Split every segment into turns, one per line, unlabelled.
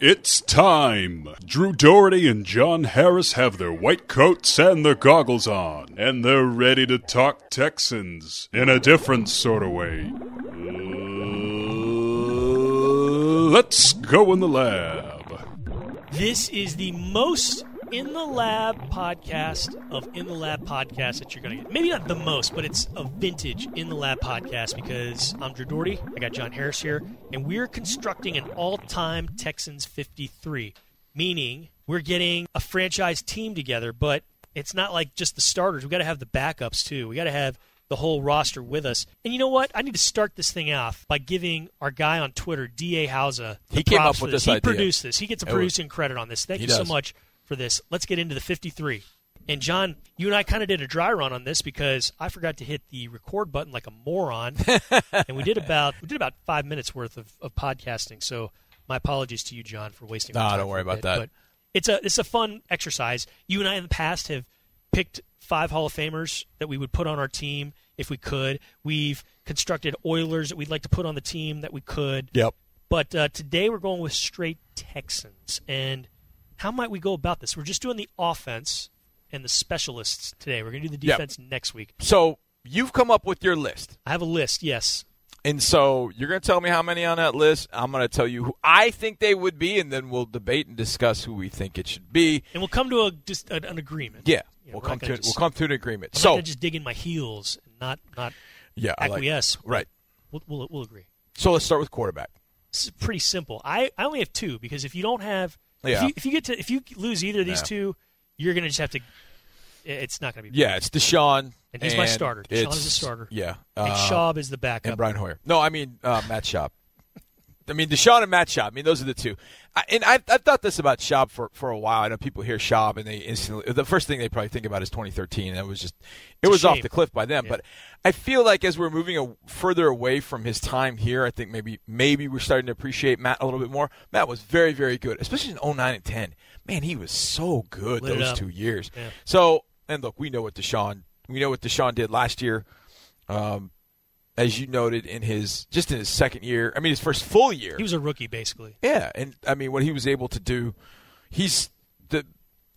It's time! Drew Doherty and John Harris have their white coats and their goggles on, and they're ready to talk Texans in a different sort of way. Uh, let's go in the lab.
This is the most in the lab podcast of in the lab podcast that you're going to get. Maybe not the most, but it's a vintage in the lab podcast because I'm Drew Doherty. I got John Harris here, and we're constructing an all time Texans 53, meaning we're getting a franchise team together, but it's not like just the starters. we got to have the backups too. we got to have the whole roster with us. And you know what? I need to start this thing off by giving our guy on Twitter, D.A. Hausa,
He came
props
up
for
with
this.
this
He
idea.
produced this. He gets a
It was-
producing credit on this. Thank
He
you
does.
so much for this. Let's get into the 53. And John, you and I kind of did a dry run on this because I forgot to hit the record button like a moron, and we did about we did about five minutes worth of, of podcasting. So my apologies to you, John, for wasting.
Nah,
my time
don't
for
worry
a
about
bit,
that.
But it's a it's a fun exercise. You and I in the past have picked five Hall of Famers that we would put on our team if we could. We've constructed Oilers that we'd like to put on the team that we could.
Yep.
But uh, today we're going with straight Texans. And how might we go about this? We're just doing the offense and the specialists today. We're going to do the
Yep.
defense next week.
So you've come up with your list.
I have a list. Yes.
And so you're going to tell me how many on that list. I'm going to tell you who I think they would be, and then we'll debate and discuss who we think it should be.
And we'll come to a just an, an agreement.
Yeah,
You know,
we'll
we're not
come to
gonna just,
we'll come to an agreement.
I'm not
so
gonna just dig in my heels and not not
yeah, I like-
acquiesce.
right.
We'll, we'll, we'll agree.
So let's start with quarterback.
This is pretty simple. I, I only have two because if you don't have if,
Yeah.
you, if you get to if you lose either of these
Yeah.
two, you're going to just have to. It's not going to be.
Yeah, it's Deshaun,
And he's my starter. Deshaun
it's-
is a starter.
Yeah,
And
uh,
Schaub is the backup.
and Brian Hoyer. No, I mean uh, Matt Schaub. I mean Deshaun and Matt Schaub. I mean those are the two. I, and I, I've thought this about Schaub for, for a while. I know people hear Schaub and they instantly the first thing they probably think about is 2013. And that was just it
a
was off
shame.
the cliff by them.
Yeah.
But I feel like as we're moving a, further away from his time here, I think maybe maybe we're starting to appreciate Matt a little bit more. Matt was very very good, especially in 09 and 10. Man, he was so good
Lit it
those
up.
two years.
Yeah.
So and look, we know what Deshaun we know what Deshaun did last year. Um, as you noted in his just in his second year. I mean, his first full year.
He was a rookie basically.
yeah, and I mean what he was able to do. He's the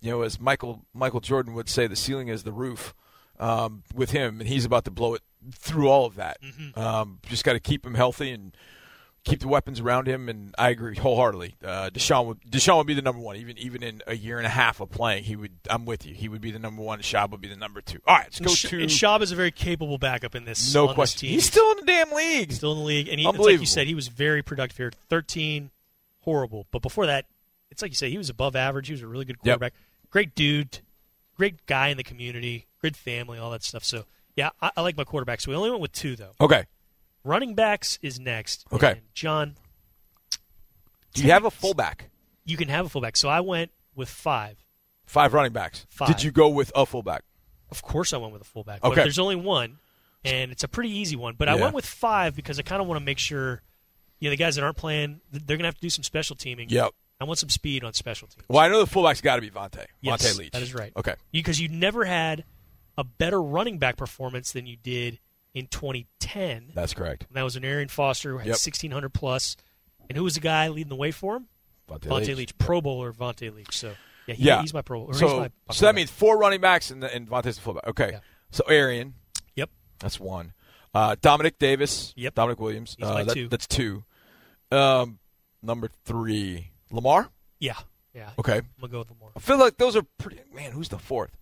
you know as Michael Michael Jordan would say, the ceiling is the roof um, with him, and he's about to blow it through all of that.
Mm-hmm.
Um, just got to keep him healthy and. Keep the weapons around him, and I agree wholeheartedly. Uh, Deshaun would Deshaun would be the number one, even even in a year and a half of playing. He would. I'm with you. He would be the number one. Shab would be the number two. All right, let's
And,
go
Sh-
to
and Schaub is a very capable backup in this. on
no
this
question.
team.
He's still in the damn league.
still in the league, and he, it's like you
Unbelievable.
said, he was very productive here. Thirteen, horrible, but before that, it's like you say, he was above average. He was a really good
Yep.
quarterback, great dude, great guy in the community, great family, all that stuff. So yeah, I, I like my quarterbacks. We only went with two though.
Okay.
Running backs is next.
Okay.
And John,
Do you have a fullback?
you can have a fullback. So I went with five.
Five running backs.
Five.
Did you go with a fullback?
Of course, I went with a fullback. But
Okay.
there's only one, and it's a pretty easy one. But I
Yeah.
went with five because I kind of want to make sure, you know, the guys that aren't playing, th- they're going to have to do some special teaming.
Yep.
I want some speed on special teams.
Well, I know the fullback's got to be Vontae.
Yes,
Vontae Leach.
that is right.
Okay.
Because you never had a better running back performance than you did in 2010.
That's correct.
And that was an Arian Foster who had
Yep.
1,600 plus. And who was the guy leading the way for him?
Vontae,
Vontae Leach, Pro Bowler Vontae Leach. So, yeah, he-
Yeah.
he's my Pro Bowler.
So, so that means four running backs and, the, and Vontae's the fullback. Okay.
Yeah.
So Arian,
Yep.
that's one. Uh, Dominic Davis.
Yep.
Dominic Williams.
He's
uh,
my
that-
two.
That's two. Um, number three, Lamar.
Yeah. Yeah.
Okay.
I'm going to go with Lamar.
I feel like those are pretty. Man, who's the fourth?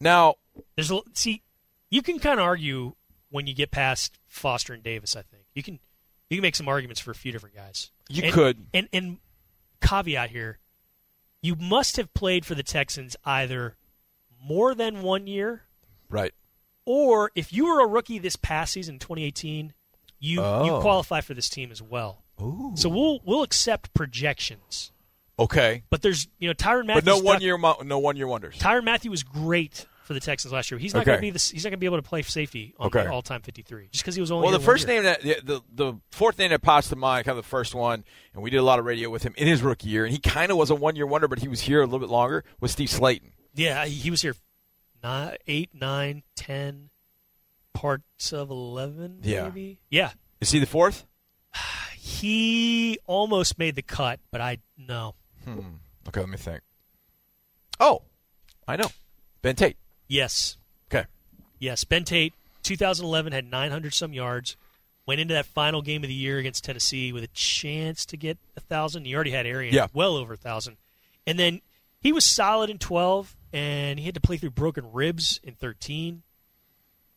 Now,
There's a see, you can kind of argue when you get past Foster and Davis. I think you can you can make some arguments for a few different guys.
You
And-
could.
and and caveat here, you must have played for the Texans either more than one year,
right.
or if you were a rookie this past season, 2018, you you
Oh.
qualify for this team as well.
Ooh.
So we'll we'll accept projections,
Okay.
but there's you know Tyron Matthew.
But no one year, mo- no one year wonders.
Tyron Matthew was great for the Texans last year. He's not
Okay.
going to be this. He's not going to be able to play safety on
Okay.
the all-time 53 just because he was only.
Well,
here
the
Oh, one
first
year.
name that the, the the fourth name that pops to mind, kind of the first one, and we did a lot of radio with him in his rookie year, and he kind of was a one year wonder, but he was here a little bit longer. Was Steve Slayton?
Yeah, he he was here nine, eight, nine, ten, parts of 11,
Yeah.
maybe? Yeah.
Is he the fourth?
He almost made the cut, but I, no.
Okay, let me think. Oh, I know. Ben Tate.
Yes.
Okay.
Yes. Ben Tate, 2011, had 900 some yards. Went into that final game of the year against Tennessee with a chance to get a 1,000. He already had Arian
Yeah.
well over a 1,000. And then he was solid in 12, and he had to play through broken ribs in 13.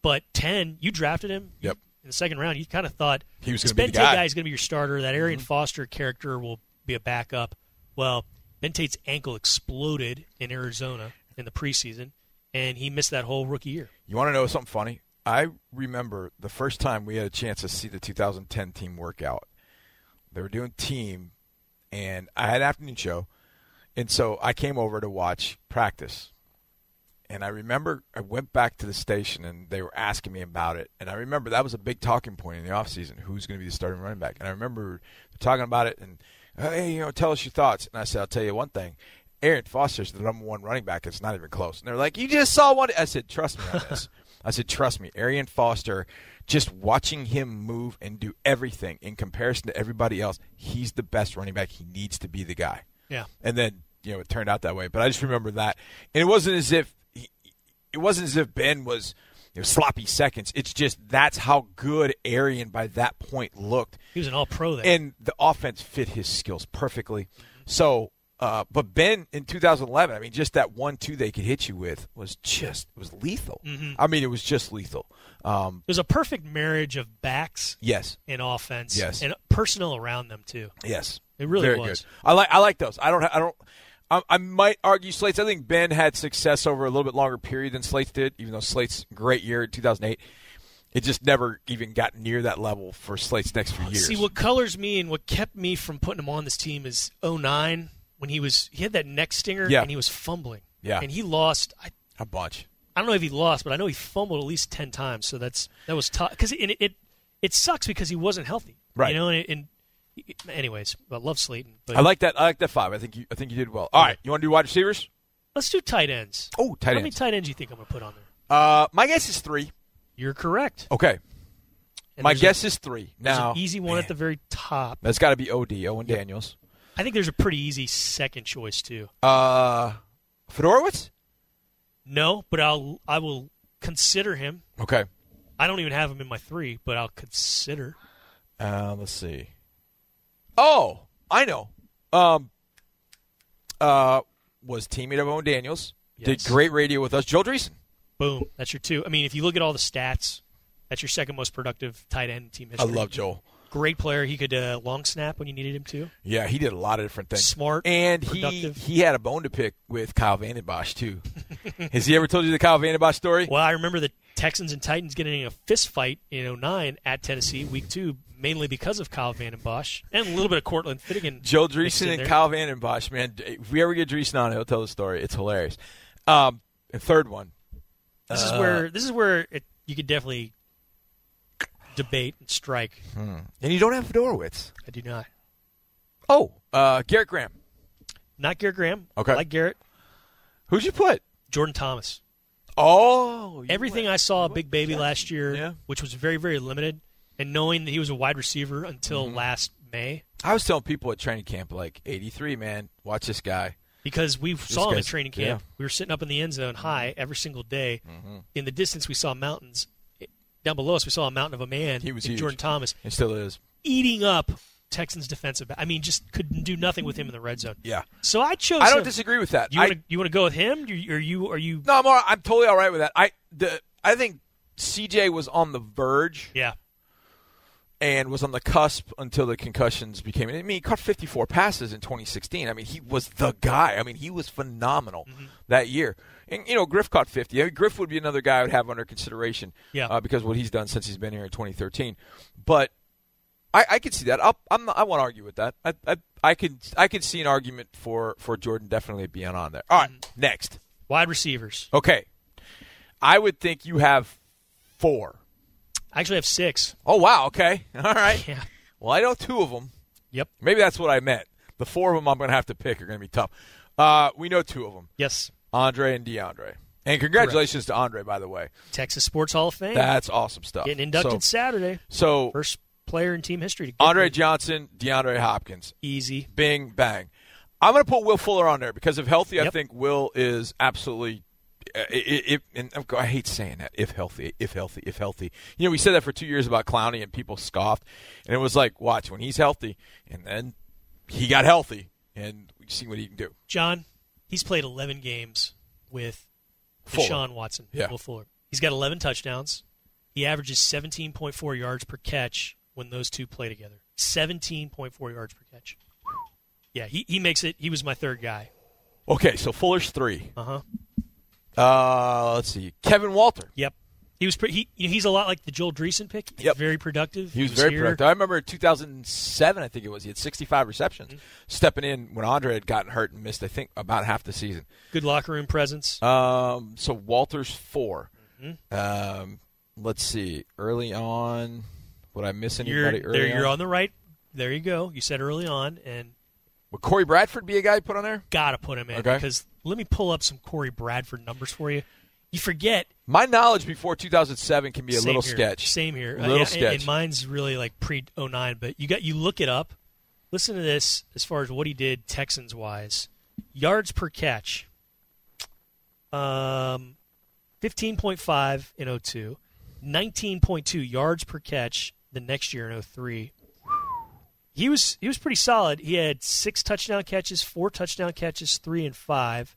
But 10, you drafted him.
Yep.
In the second round, you kind of thought
He was
this
gonna
Ben
be the
Tate
guy. Mm-hmm.
guy is going to be your starter. That Arian Foster character will be a backup. Well, Ben Tate's ankle exploded in Arizona in the preseason, and he missed that whole rookie year.
You want to know something funny? I remember the first time we had a chance to see the 2010 team workout. They were doing team, and I had an afternoon show, and so I came over to watch practice. And I remember I went back to the station, and they were asking me about it. And I remember that was a big talking point in the offseason, who's going to be the starting running back. And I remember talking about it, and hey, you know, tell us your thoughts. And I said, I'll tell you one thing. Aaron Foster's the number one running back. It's not even close. And they're like, you just saw one. I said, trust me on this. I said, trust me. Arian Foster, just watching him move and do everything in comparison to everybody else, he's the best running back. He needs to be the guy.
Yeah.
And then, you know, it turned out that way. But I just remember that. And it wasn't as if he, it wasn't as if Ben was you know, sloppy seconds. It's just that's how good Arian by that point looked.
He was an all pro there.
And the offense fit his skills perfectly. So, uh, but Ben in 2011, I mean, just that one two they could hit you with was just was lethal. I mean, it was just lethal. Um,
it was a perfect marriage of backs
yes,
and offense
Yes.
and personnel around them, too.
yes,
It really
Very
was.
Good. I like I like those. I don't I don't. I, I might argue Slates. I think Ben had success over a little bit longer period than Slates did, even though Slates great year in 2008. It just never even got near that level for Slates next few years.
See, what colors me and what kept me from putting him on this team is 09 when he was he had that neck stinger
Yeah.
and he was fumbling.
Yeah.
And he lost. I,
a bunch.
I don't know if he lost, but I know he fumbled at least ten times. So that's that was tough because it, it it sucks because he wasn't healthy,
Right.
You know, and, and anyways, I love Slayton, but
I like that. I like that five. I think you. I think you did well. All right, you want to do wide receivers?
let's do tight ends.
Oh, tight
How many
ends.
tight ends do you think I'm going to put on there?
uh, my guess is three.
You're correct.
Okay,
And
my
there's a-
guess is three.
there's
Now,
an easy one at the very top.
that's got to be Od Owen Daniels.
I think there's a pretty easy second choice too.
Uh, Fedorowicz.
No, but I'll I will consider him.
Okay.
I don't even have him in my three, but I'll consider.
Uh, let's see. Oh, I know. Um, uh, was teammate of Owen Daniels. Did
Yes.
great radio with us. Joel Dreesen.
Boom, that's your two. I mean, if you look at all the stats, that's your second most productive tight end in team
I
history.
love Joel.
Great player. He could uh, long snap when you needed him to.
Yeah, he did a lot of different things.
Smart,
and
productive.
he he had a bone to pick with Kyle Vandenbosch too. Has he ever told you the Kyle Vandenbosch story?
Well, I remember the Texans and Titans getting in a fist fight in 09 at Tennessee, week two, mainly because of Kyle Van and Bosch and a little bit of Cortland Finnegan.
Joe
mixed in
Dreesen and
there.
Kyle Vandenbosch, man. If we ever get Dreesen on, he'll tell the story. It's hilarious. Um, and third one,
This is
Uh,
where this is where it, you could definitely debate and strike.
and you don't have Fedorowicz.
I do not.
Oh, uh, Garrett Graham.
Not Garrett Graham.
Okay.
I like Garrett.
Who'd you put?
Jordan Thomas.
Oh, you
Everything
went-
I saw Big Baby last year,
Yeah.
which was very, very limited, and knowing that he was a wide receiver until
Mm-hmm.
last May,
I was telling people at training camp, like, 83, man, watch this guy.
because we saw him at
guy's-
training camp.
yeah. Mm-hmm.
We were sitting up in the end zone high every single day. In the distance, we saw mountains. Down below us, we saw a mountain of a man.
He was
in
huge.
Jordan Thomas
It still is.
eating up Texans defensive. back. I mean, just could do nothing with him in the red zone.
Yeah.
So I chose.
I
him.
don't disagree with that.
You
I-
want to you want to go with him? Do you, are you are you?
no, I'm, all, I'm totally all right with that. I the I think CJ was on the verge
Yeah.
and was on the cusp until the concussions became. I mean, he caught 54 passes in 2016. I mean, he was the guy. I mean, he was phenomenal that year. And you know, Griff caught 50. I mean, Griff would be another guy I would have under consideration,
Yeah.
uh, because what he's done since he's been here in 2013. But I, I could see that. I'll, I'm not, I won't argue with that. I, I I could I could see an argument for for Jordan definitely being on there. All right, next.
Wide receivers.
Okay, I would think you have four.
I actually have six.
Oh wow. Okay. All right.
Yeah.
Well, I know two of them.
Yep.
Maybe that's what I meant. The four of them I'm going to have to pick are going to be tough. Uh, we know two of them,
Yes.
Andre and DeAndre. And congratulations to Andre, by the way.
Texas Sports Hall of Fame.
That's awesome stuff.
Getting inducted
So,
Saturday.
so
First player in team history to get
Andre
it.
Johnson, DeAndre Hopkins,
easy.
Bing bang. I'm going to put Will Fuller on there because if healthy, I
Yep.
think Will is absolutely. uh, i- i- If, and I'm go- I hate saying that. If healthy, if healthy, if healthy. You know, we said that for two years about Clowney, and people scoffed, and it was like, watch when he's healthy, and then he got healthy, and we see what he can do.
John, he's played 11 games with
Fuller.
Deshaun Watson.
Yeah.
Will Fuller. He's got 11 touchdowns. He averages 17.4 yards per catch when those two play together. 17.4 yards per catch. Yeah, he, he makes it. He was my third guy.
Okay, so Fuller's three.
Uh huh.
Uh, let's see, Kevin Walter.
Yep. He was pretty. He, he's a lot like the Joel Dreesen pick. He's
Yep.
Very productive.
He was, very
here.
productive. I remember 2007, I think it was. He had 65 receptions,
Mm-hmm.
stepping in when Andre had gotten hurt and missed, I think, about half the season.
Good locker room presence.
Um, so Walter's 4
Mm-hmm.
Um, let's see. Early on, would I miss
You're
anybody early
there. You're
on?
on the right. There you go. You said early on, and
Would Corey Bradford be a guy you put on there?
gotta put him in
Okay.
because let me pull up some Corey Bradford numbers for you. You forget
My knowledge before 2007 can be a
Same
little
here.
sketch.
Same here. Uh,
Little
yeah, And,
sketch.
and mine's really like pre 09, but you got you look it up. Listen to this as far as what he did Texans wise. Yards per catch. Um 15.5 in 02, 19.2 yards per catch the next year in 03. He was he was pretty solid. He had 6 touchdown catches, 4 touchdown catches, 3 and 5.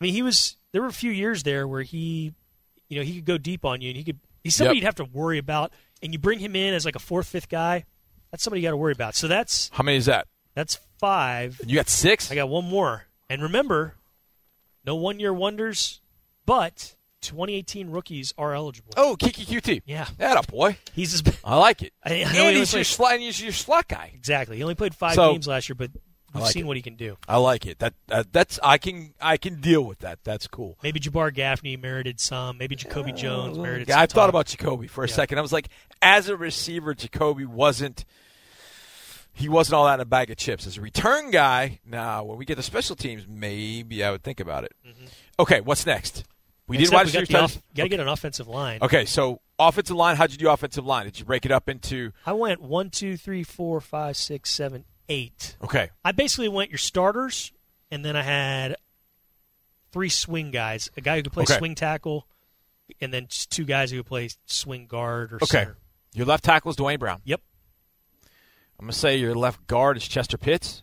I mean, he was there were a few years there where he, you know, he could go deep on you, and he could. He's somebody
Yep.
you'd have to worry about, and you bring him in as like a fourth, fifth guy. That's somebody you got to worry about. So that's
How many is that?
that's five.
You got six?
I got one more, and remember, no one year wonders, but 2018 rookies are eligible.
oh, Kiki QT.
Yeah.
That boy.
He's his,
I like it.
I- I know
and
he only
he's, your slot, and he's your slot guy.
exactly. He only played five
So-
games last year, but we've
like
seen
it.
what he can do.
I like it. That, that that's I can I can deal with that. That's cool.
Maybe Jabbar Gaffney merited some. Maybe Jacoby Jones merited.
Yeah,
some
I thought
time.
about Jacoby for a second. I was like, as a receiver, Jacoby wasn't. He wasn't all that in a bag of chips. As a return guy, now when we get to special teams, maybe I would think about it. Okay, what's Mm-hmm. next? We
Next
did
up,
wide
we got
receiver.
the off,
tight-
got to get an offensive line.
okay, so offensive line. How'd you do offensive line? Did you break it up into?
I went one, two, three, four, five, six, seven, eight.
Okay,
I basically went your starters, and then I had three swing guys: a guy who could play
Okay.
swing tackle, and then just two guys who could play swing guard or
okay.
center.
Your left tackle is Dwayne Brown.
Yep,
I'm gonna say your left guard is Chester Pitts.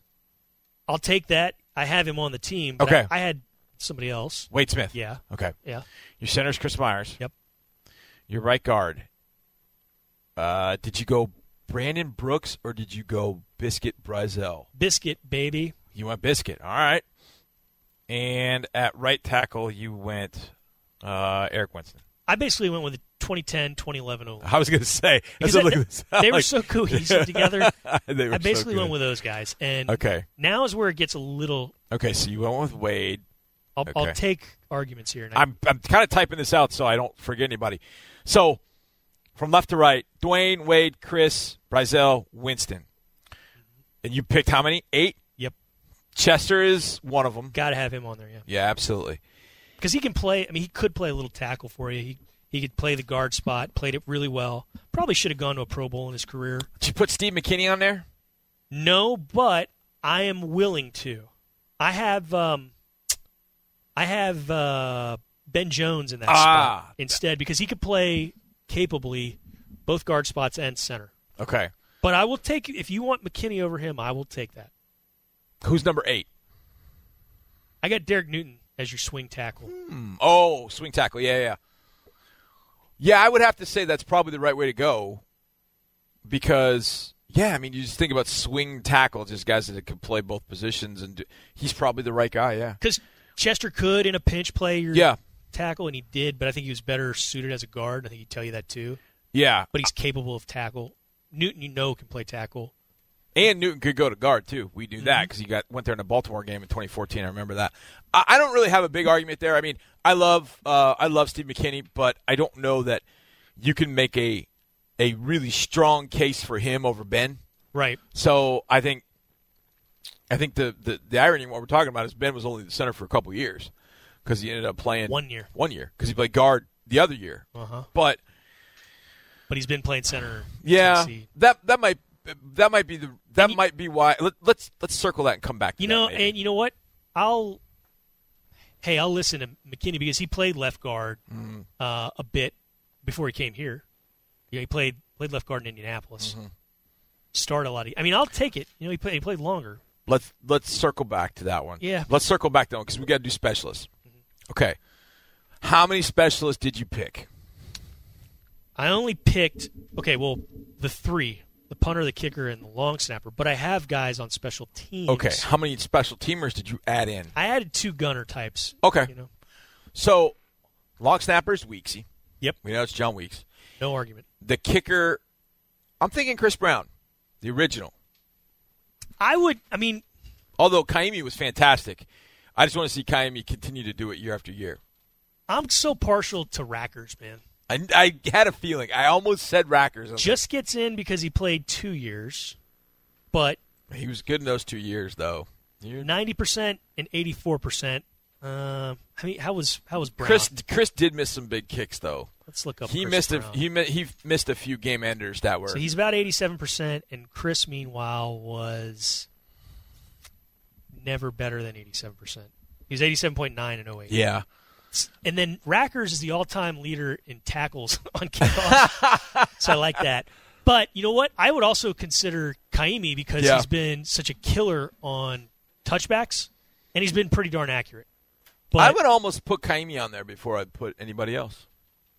I'll take that. I have him on the team. But
Okay.
I, I had somebody else.
Wade Smith.
Yeah,
Okay.
yeah.
Your center is Chris Myers.
Yep.
Your right guard. Uh, did you go Brandon Brooks or did you go Biscuit Brazel?
Biscuit baby.
You went Biscuit. All right. And at right tackle, you went uh, Eric Winston.
I basically went with the 2010, 2011 O-line.
I was going to say.
Because
I
I-
was looking at this.
They were
Like,
so cohesive together.
they were
I
so
basically
good.
went with those guys, and
Okay.
now is where it gets a little
Okay. So you went with Wade.
I'll, I'll
Okay.
take arguments here. Now.
I'm I'm kind of typing this out so I don't forget anybody. So from left to right, Dwayne, Wade, Chris, Brizell, Winston, and you picked how many? Eight.
Yep.
Chester is one of them.
Got to have him on there, yeah,
Yeah, absolutely.
because he can play. I mean, he could play a little tackle for you. He he could play the guard spot. Played it really well. Probably should have gone to a Pro Bowl in his career.
Did you put Steve McKinney on there?
No, but I am willing to. I have um, I have uh, Ben Jones in that
Ah.
spot instead because he could play capably both guard spots and center.
Okay.
But I will take if you want McKinney over him, I will take that.
Who's number eight?
I got Derek Newton as your swing tackle.
Oh, swing tackle. Yeah, yeah. Yeah, I would have to say that's probably the right way to go because yeah, I mean, you just think about swing tackle, just guys that can play both positions, and do, he's probably the right guy. Yeah.
because Chester could in a pinch play your
Yeah.
tackle, and he did, but I think he was better suited as a guard. I think he'd tell you that too.
Yeah,
But he's capable of tackle. Newton, you know, can play tackle.
and Newton could go to guard too. We knew
Mm-hmm.
that because he got went there in a Baltimore game in 2014. I remember that. I, I don't really have a big argument there. I mean, I love uh, I love Steve McKinney, but I don't know that you can make a a really strong case for him over Ben.
Right.
So I think I think the the, the irony of what we're talking about is Ben was only the center for a couple years. because he ended up playing
One year.
One year because he played guard the other year.
Uh-huh.
But
But he's been playing center.
yeah,
since he-
that that might that might be the that
you-
might be why. Let, let's let's circle that and come back. To
You
that,
know,
maybe.
and you know what? I'll hey, I'll listen to McKinney because he played left guard
Mm-hmm.
uh, a bit before he came here. You know, he played played left guard in Indianapolis.
Mm-hmm.
Started a lot. Of, I mean, I'll take it. You know, he played he played longer.
let's let's circle back to that one.
Yeah. Mm-hmm.
Let's circle back to that one because we got to do specialists. Okay. How many specialists did you pick?
I only picked okay. Well, the three: the punter, the kicker, and the long snapper. But I have guys on special teams.
Okay. How many special teamers did you add in?
I added two gunner types.
Okay.
You know,
So, long snappers, Weeksy.
Yep.
We know it's John Weeks.
no argument.
The kicker, I'm thinking Chris Brown, the original.
I would. I mean,
Although Kaimi was fantastic, I just want to see Kaimi continue to do it year after year.
I'm so partial to rackers, man.
I, I had a feeling. I almost said Rackers. I was
just gets in because he played two years, but
like, he was good in those two years, though.
ninety percent and eighty four percent. uh, I mean, how was how was Brown?
Chris Chris did miss some big kicks, though.
Let's look up.
He
Chris
missed
Brown.
a he mi- he missed a few game enders that were
so he's about eighty seven percent, and Chris meanwhile was never better than eighty seven percent. He's eighty seven point nine and 08.
yeah.
And then Rackers is the all time leader in tackles on kickoffs. so I like that. But you know what? I would also consider Kaimi because
Yeah.
he's been such a killer on touchbacks and he's been pretty darn accurate. But
I would almost put Kaimi on there before I put anybody else.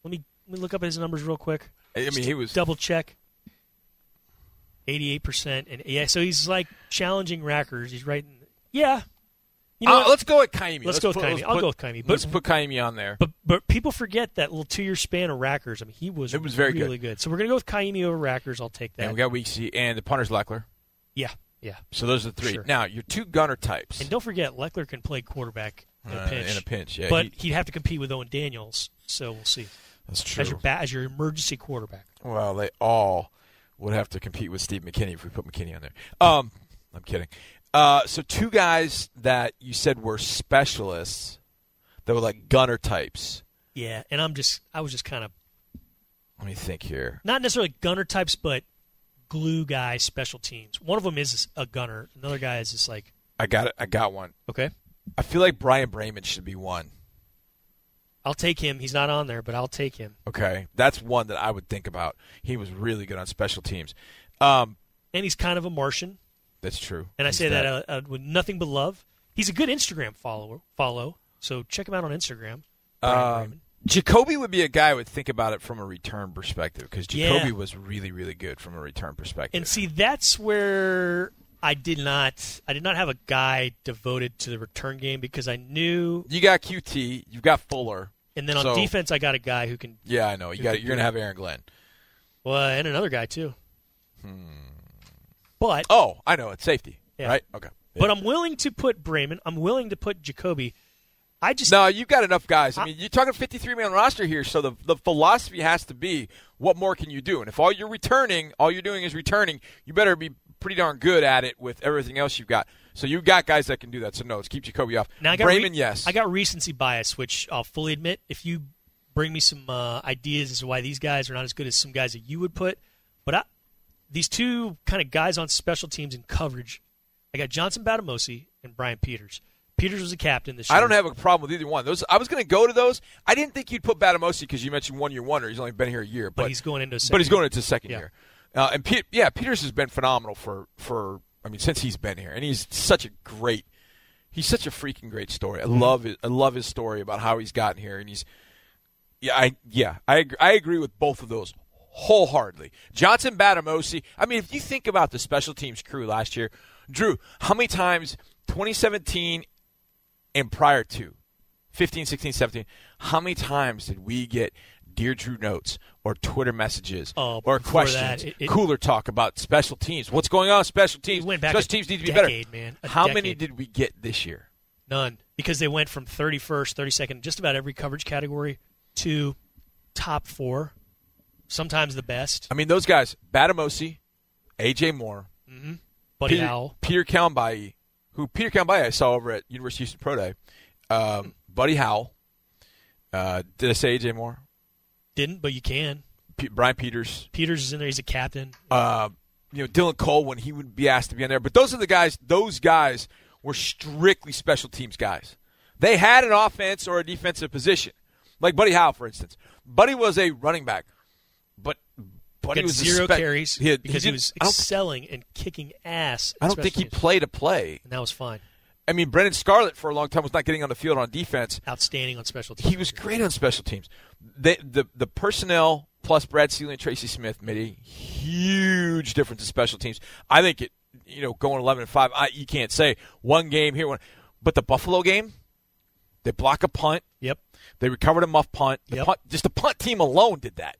let me let me look up his numbers real quick.
I I mean, he was
Double check. Eighty eight percent and yeah, so he's like challenging Rackers. He's right in yeah. You know
Uh,
what?
let's go with Kaimi.
Let's go with
put-
Kaimi.
let's
I'll
put-
go with Kaimi, but-
Let's put Kaimi on there.
But but people forget that little two year span of Rackers. I mean, he was
It was very
really good. So we're gonna go with Kaimi over Rackers. I'll take that.
and we got Weeksy and the punter's Leckler.
yeah, yeah.
So those are the three.
Sure.
Now your two gunner types
And don't forget, Leckler can play quarterback in a
Uh,
pinch.
in a pinch, yeah,
but
he-
he'd have to compete with Owen Daniels. So we'll see.
that's
As your ba- as your emergency quarterback,
Well, they all would have to compete with Steve McKinney if we put McKinney on there. Um, I'm kidding. Uh, so two guys that you said were specialists that were like gunner types.
yeah. And I'm just I was just kind of
Let me think here.
not necessarily gunner types, but glue guy special teams. One of them is a gunner. Another guy is just like
I got it. I got one.
okay,
I feel like Brian Brayman should be one.
I'll take him. He's not on there, but I'll take him.
Okay, that's one that I would think about. He was really good on special teams. Um,
And he's kind of a Martian.
that's true.
and I
He's
say that, uh, uh, with nothing but love. He's a good Instagram follower. Follow, so check him out on Instagram. Brian Brayman.
Um, Jacoby would be a guy I would think about it from a return perspective because
Yeah.
Jacoby was really, really good from a return perspective.
and see, that's where I did not, I did not have a guy devoted to the return game because I knew.
you got QT, you've got Fuller.
And then on
So-
defense, I got a guy who can,
Yeah, I know. You got you're gonna have Aaron Glenn.
well, and another guy too.
Hmm.
But
Oh, I know. It's safety,
Yeah.
right? Okay.
but I'm willing to put Brayman. I'm willing to put Jacoby. I just
no, you've got enough guys. I mean, you're talking 53 man roster here, so the the philosophy has to be what more can you do? And if all you're returning, all you're doing is returning, you better be pretty darn good at it with everything else you've got. So you've got guys that can do that. So no, let's keep Jacoby off.
Now I got
Brayman,
re-
yes.
I got recency bias, which I'll fully admit. If you bring me some uh, ideas as to why these guys are not as good as some guys that you would put, but I, these two kind of guys on special teams and coverage, I got Johnson Batamosi and Brian Peters. Peters was a captain this year.
I don't have a problem with either one. Those I was going to go to those. I didn't think you'd put Batamosi because you mentioned one year wonder. He's only been here a year,
but,
but,
he's going into a
but he's
second
going into second
Yeah.
year. Uh, and Pe- yeah, Peters has been phenomenal for for I mean since he's been here, and he's such a great. He's such a freaking great story. I
Mm-hmm.
love it. I love his story about how he's gotten here, and he's yeah, I yeah, I ag- I agree with both of those wholeheartedly. Johnson Batamosi. I mean, if you think about the special teams crew last year, Drew, how many times 2017 and prior to 15, 16, 17, how many times did we get Dear Drew notes or Twitter messages
Oh, before
or questions,
that, it- it-
cooler talk about special teams? What's going on with special teams?
went back
special
a
teams need to be
decade,
better.
man, a
how many
decade.
did we get this year?
none because they went from 31st, 32nd, just about every coverage category to top four, sometimes the best.
I mean, those guys, Batamosi, AJ Moore,
Buddy
Peter,
Howell,
Peter Kalmbaye, who Peter Kalmbaye I saw over at University of Houston Pro Day, um, Buddy Howell. Uh, did I say AJ Moore?
Didn't, but you can.
P- Brian Peters.
Peters is in there. He's a captain.
Uh, you know Dylan Cole when he would be asked to be in there. But those are the guys. Those guys were strictly special teams guys. They had an offense or a defensive position, like Buddy Howell, for instance. Buddy was a running back, but Buddy
Got
Oh, was a
zero
spe-
carries
He had-
because he,
didn't-
was
I don't, thi-
excelling and kicking ass.
I don't think he
especially.
played a play.
And that was fine.
I mean, Brennan Scarlett for a long time was not getting on the field on defense.
Outstanding on special teams.
He was great on special teams. The the, the personnel plus Brad Seeley and Tracy Smith made a huge difference in special teams. I think it you know going eleven and five. I, you can't say one game here one, but the Buffalo game, they block a punt,
Yep.
they recovered a muff punt. The
Yep. Mm-hmm.
punt just the punt team alone did that.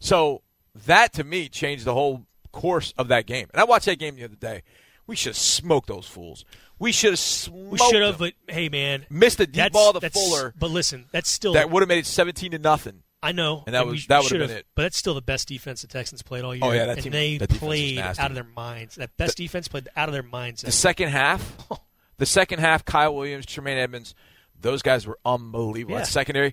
So that to me changed the whole course of that game. And I watched that game the other day. We should have smoked those fools. We should have smoked.
We should have,
them.
but hey, man,
missed a deep
that's,
ball to
that's-
Fuller
But listen, that's still
that would have made it seventeen to nothing.
I know,
And that was-
we
that would've
should've,
been it.
But that's still the best defense the Texans played all year.
Oh, yeah, that
and
team-
they
that defense was
played
nasty.
out of their minds. That best defense played out of their minds.
The second half, the second half, Kyle Williams, Tremaine Edmonds, those guys were unbelievable.
Yeah.
That secondary,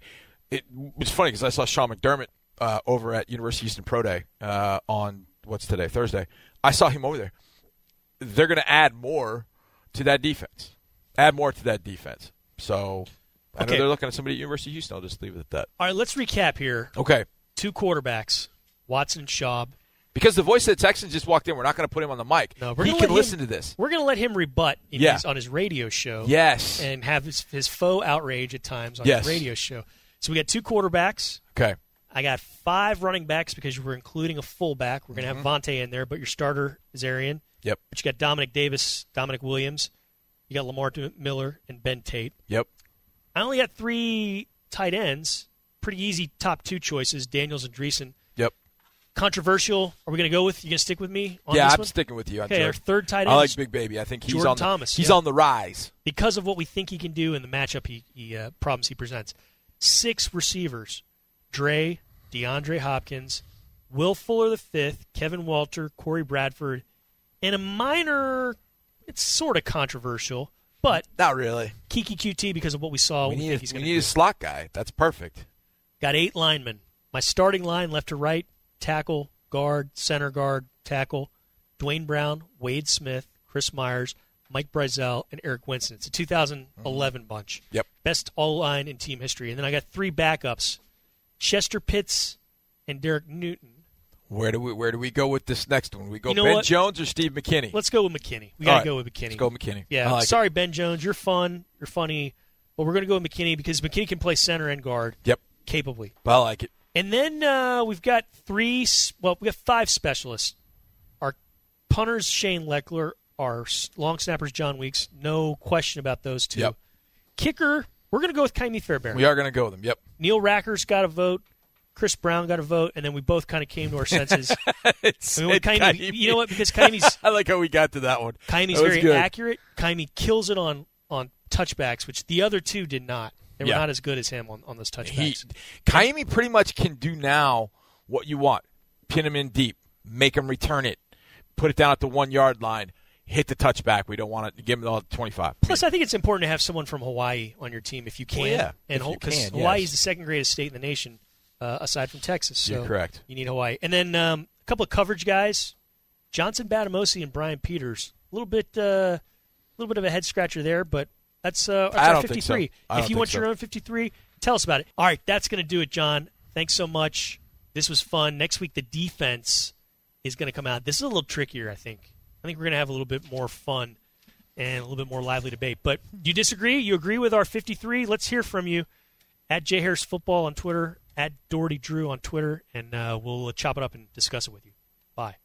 it was funny because I saw Sean McDermott uh, over at University of Houston Pro Day uh, on what's today Thursday. I saw him over there. They're going to add more to that defense. Add more to that defense. So I know
Okay.
they're looking at somebody at University of Houston. I'll just leave it at that.
all right, let's recap here.
Okay.
Two quarterbacks, Watson and Schaub.
Because the voice of the Texans just walked in. We're not going to put him on the mic.
No, we're
he
gonna let
can
him-
listen to this.
We're going to let him rebut in
Yeah.
his, on his radio show.
Yes.
and have his, his faux outrage at times on
Yes.
his radio show. So we got two quarterbacks.
okay.
I got five running backs because you were including a fullback. We're going
Mm-hmm.
to have Vontae in there, but your starter is Arian.
Yep.
But you got Dominic Davis, Dominic Williams. You got Lamar D- Miller and Ben Tate.
Yep.
I only got three tight ends. Pretty easy top two choices, Daniels and Dreesen.
Yep.
Controversial. Are we going to go with, you going to stick with me on
yeah,
this
I'm
one?
sticking with you. on
Okay,
Jordan.
our third tight
I
end
like
is-
Big Baby. I think he's
Jordan
on the,
Thomas,
He's
yeah.
on the rise.
because of what we think he can do in the matchup he, he uh, problems he presents. Six receivers: Dre, DeAndre Hopkins, Will Fuller the fifth, Kevin Walter, Corey Bradford, and a minor. It's sort of controversial, but
Not really.
Kiki QT because of what we saw.
We
we
need,
Oh, think he's
a, we
going
need a
to
slot guy. That's perfect.
got eight linemen. My starting line: left to right, tackle, guard, center guard, tackle, Dwayne Brown, Wade Smith, Chris Myers, Mike Brazel, and Eric Winston. It's a 2011 bunch.
Mm-hmm. Yep.
best all line in team history. And then I got three backups: Chester Pitts and Derek Newton.
Where do we Where do we go with this next one? We go
You know
Ben
what?
Jones or Steve McKinney?
Let's go with McKinney. We
All
gotta
right.
go with McKinney.
Let's go McKinney.
Yeah,
I like it.
sorry, Ben Jones. You're fun. You're funny, but we're gonna go with McKinney because McKinney can play center and guard
Yep.
capably.
I like it.
And then uh, we've got three. s- Well, we got five specialists. Our punters, Shane Leckler. Our s- long snappers, John Weeks. No question about those two.
Yep.
Kicker. We're gonna go with Kaimi Fairbairn.
We are going to go with him. Yep.
Neil Racker's got a vote. Chris Brown got a vote, and then we both kind of came to our senses.
it's,
I mean, when
it's
Kaimi-
Kaimi.
you know what? Because Kaimi's,
I like how we got to that one.
Kaimi's
That was
very
good.
accurate. Kaimi kills it on on touchbacks, which the other two did not. They were
Yeah.
not as good as him on, on those touchbacks.
He, Kaimi pretty much can do now what you want. Pin him in deep, make him return it, put it down at the one yard line, hit the touchback. We don't want to give him all twenty five.
Plus, I think it's important to have someone from Hawaii on your team if you can.
Well, yeah, if
and
you
because
can,
Hawaii
yes.
is the second greatest state in the nation, uh, aside from Texas. So
You're correct.
You need Hawaii, and then um, a couple of coverage guys, Johnson Batamosi and Brian Peters. A little bit, uh, a little bit of a head scratcher there, but that's uh, that's
I
our
don't
53.
think so. I
if
don't
you
think
want
so.
your own 53, tell us about it. All right, that's going to do it, John. Thanks so much. This was fun. Next week, the defense is going to come out. This is a little trickier, I think. I think we're going to have a little bit more fun and a little bit more lively debate. But you disagree? You agree with our 53? Let's hear from you at J Harris Football on Twitter, at Doherty Drew uh, on Twitter, and uh, we'll chop it up and discuss it with you. Bye.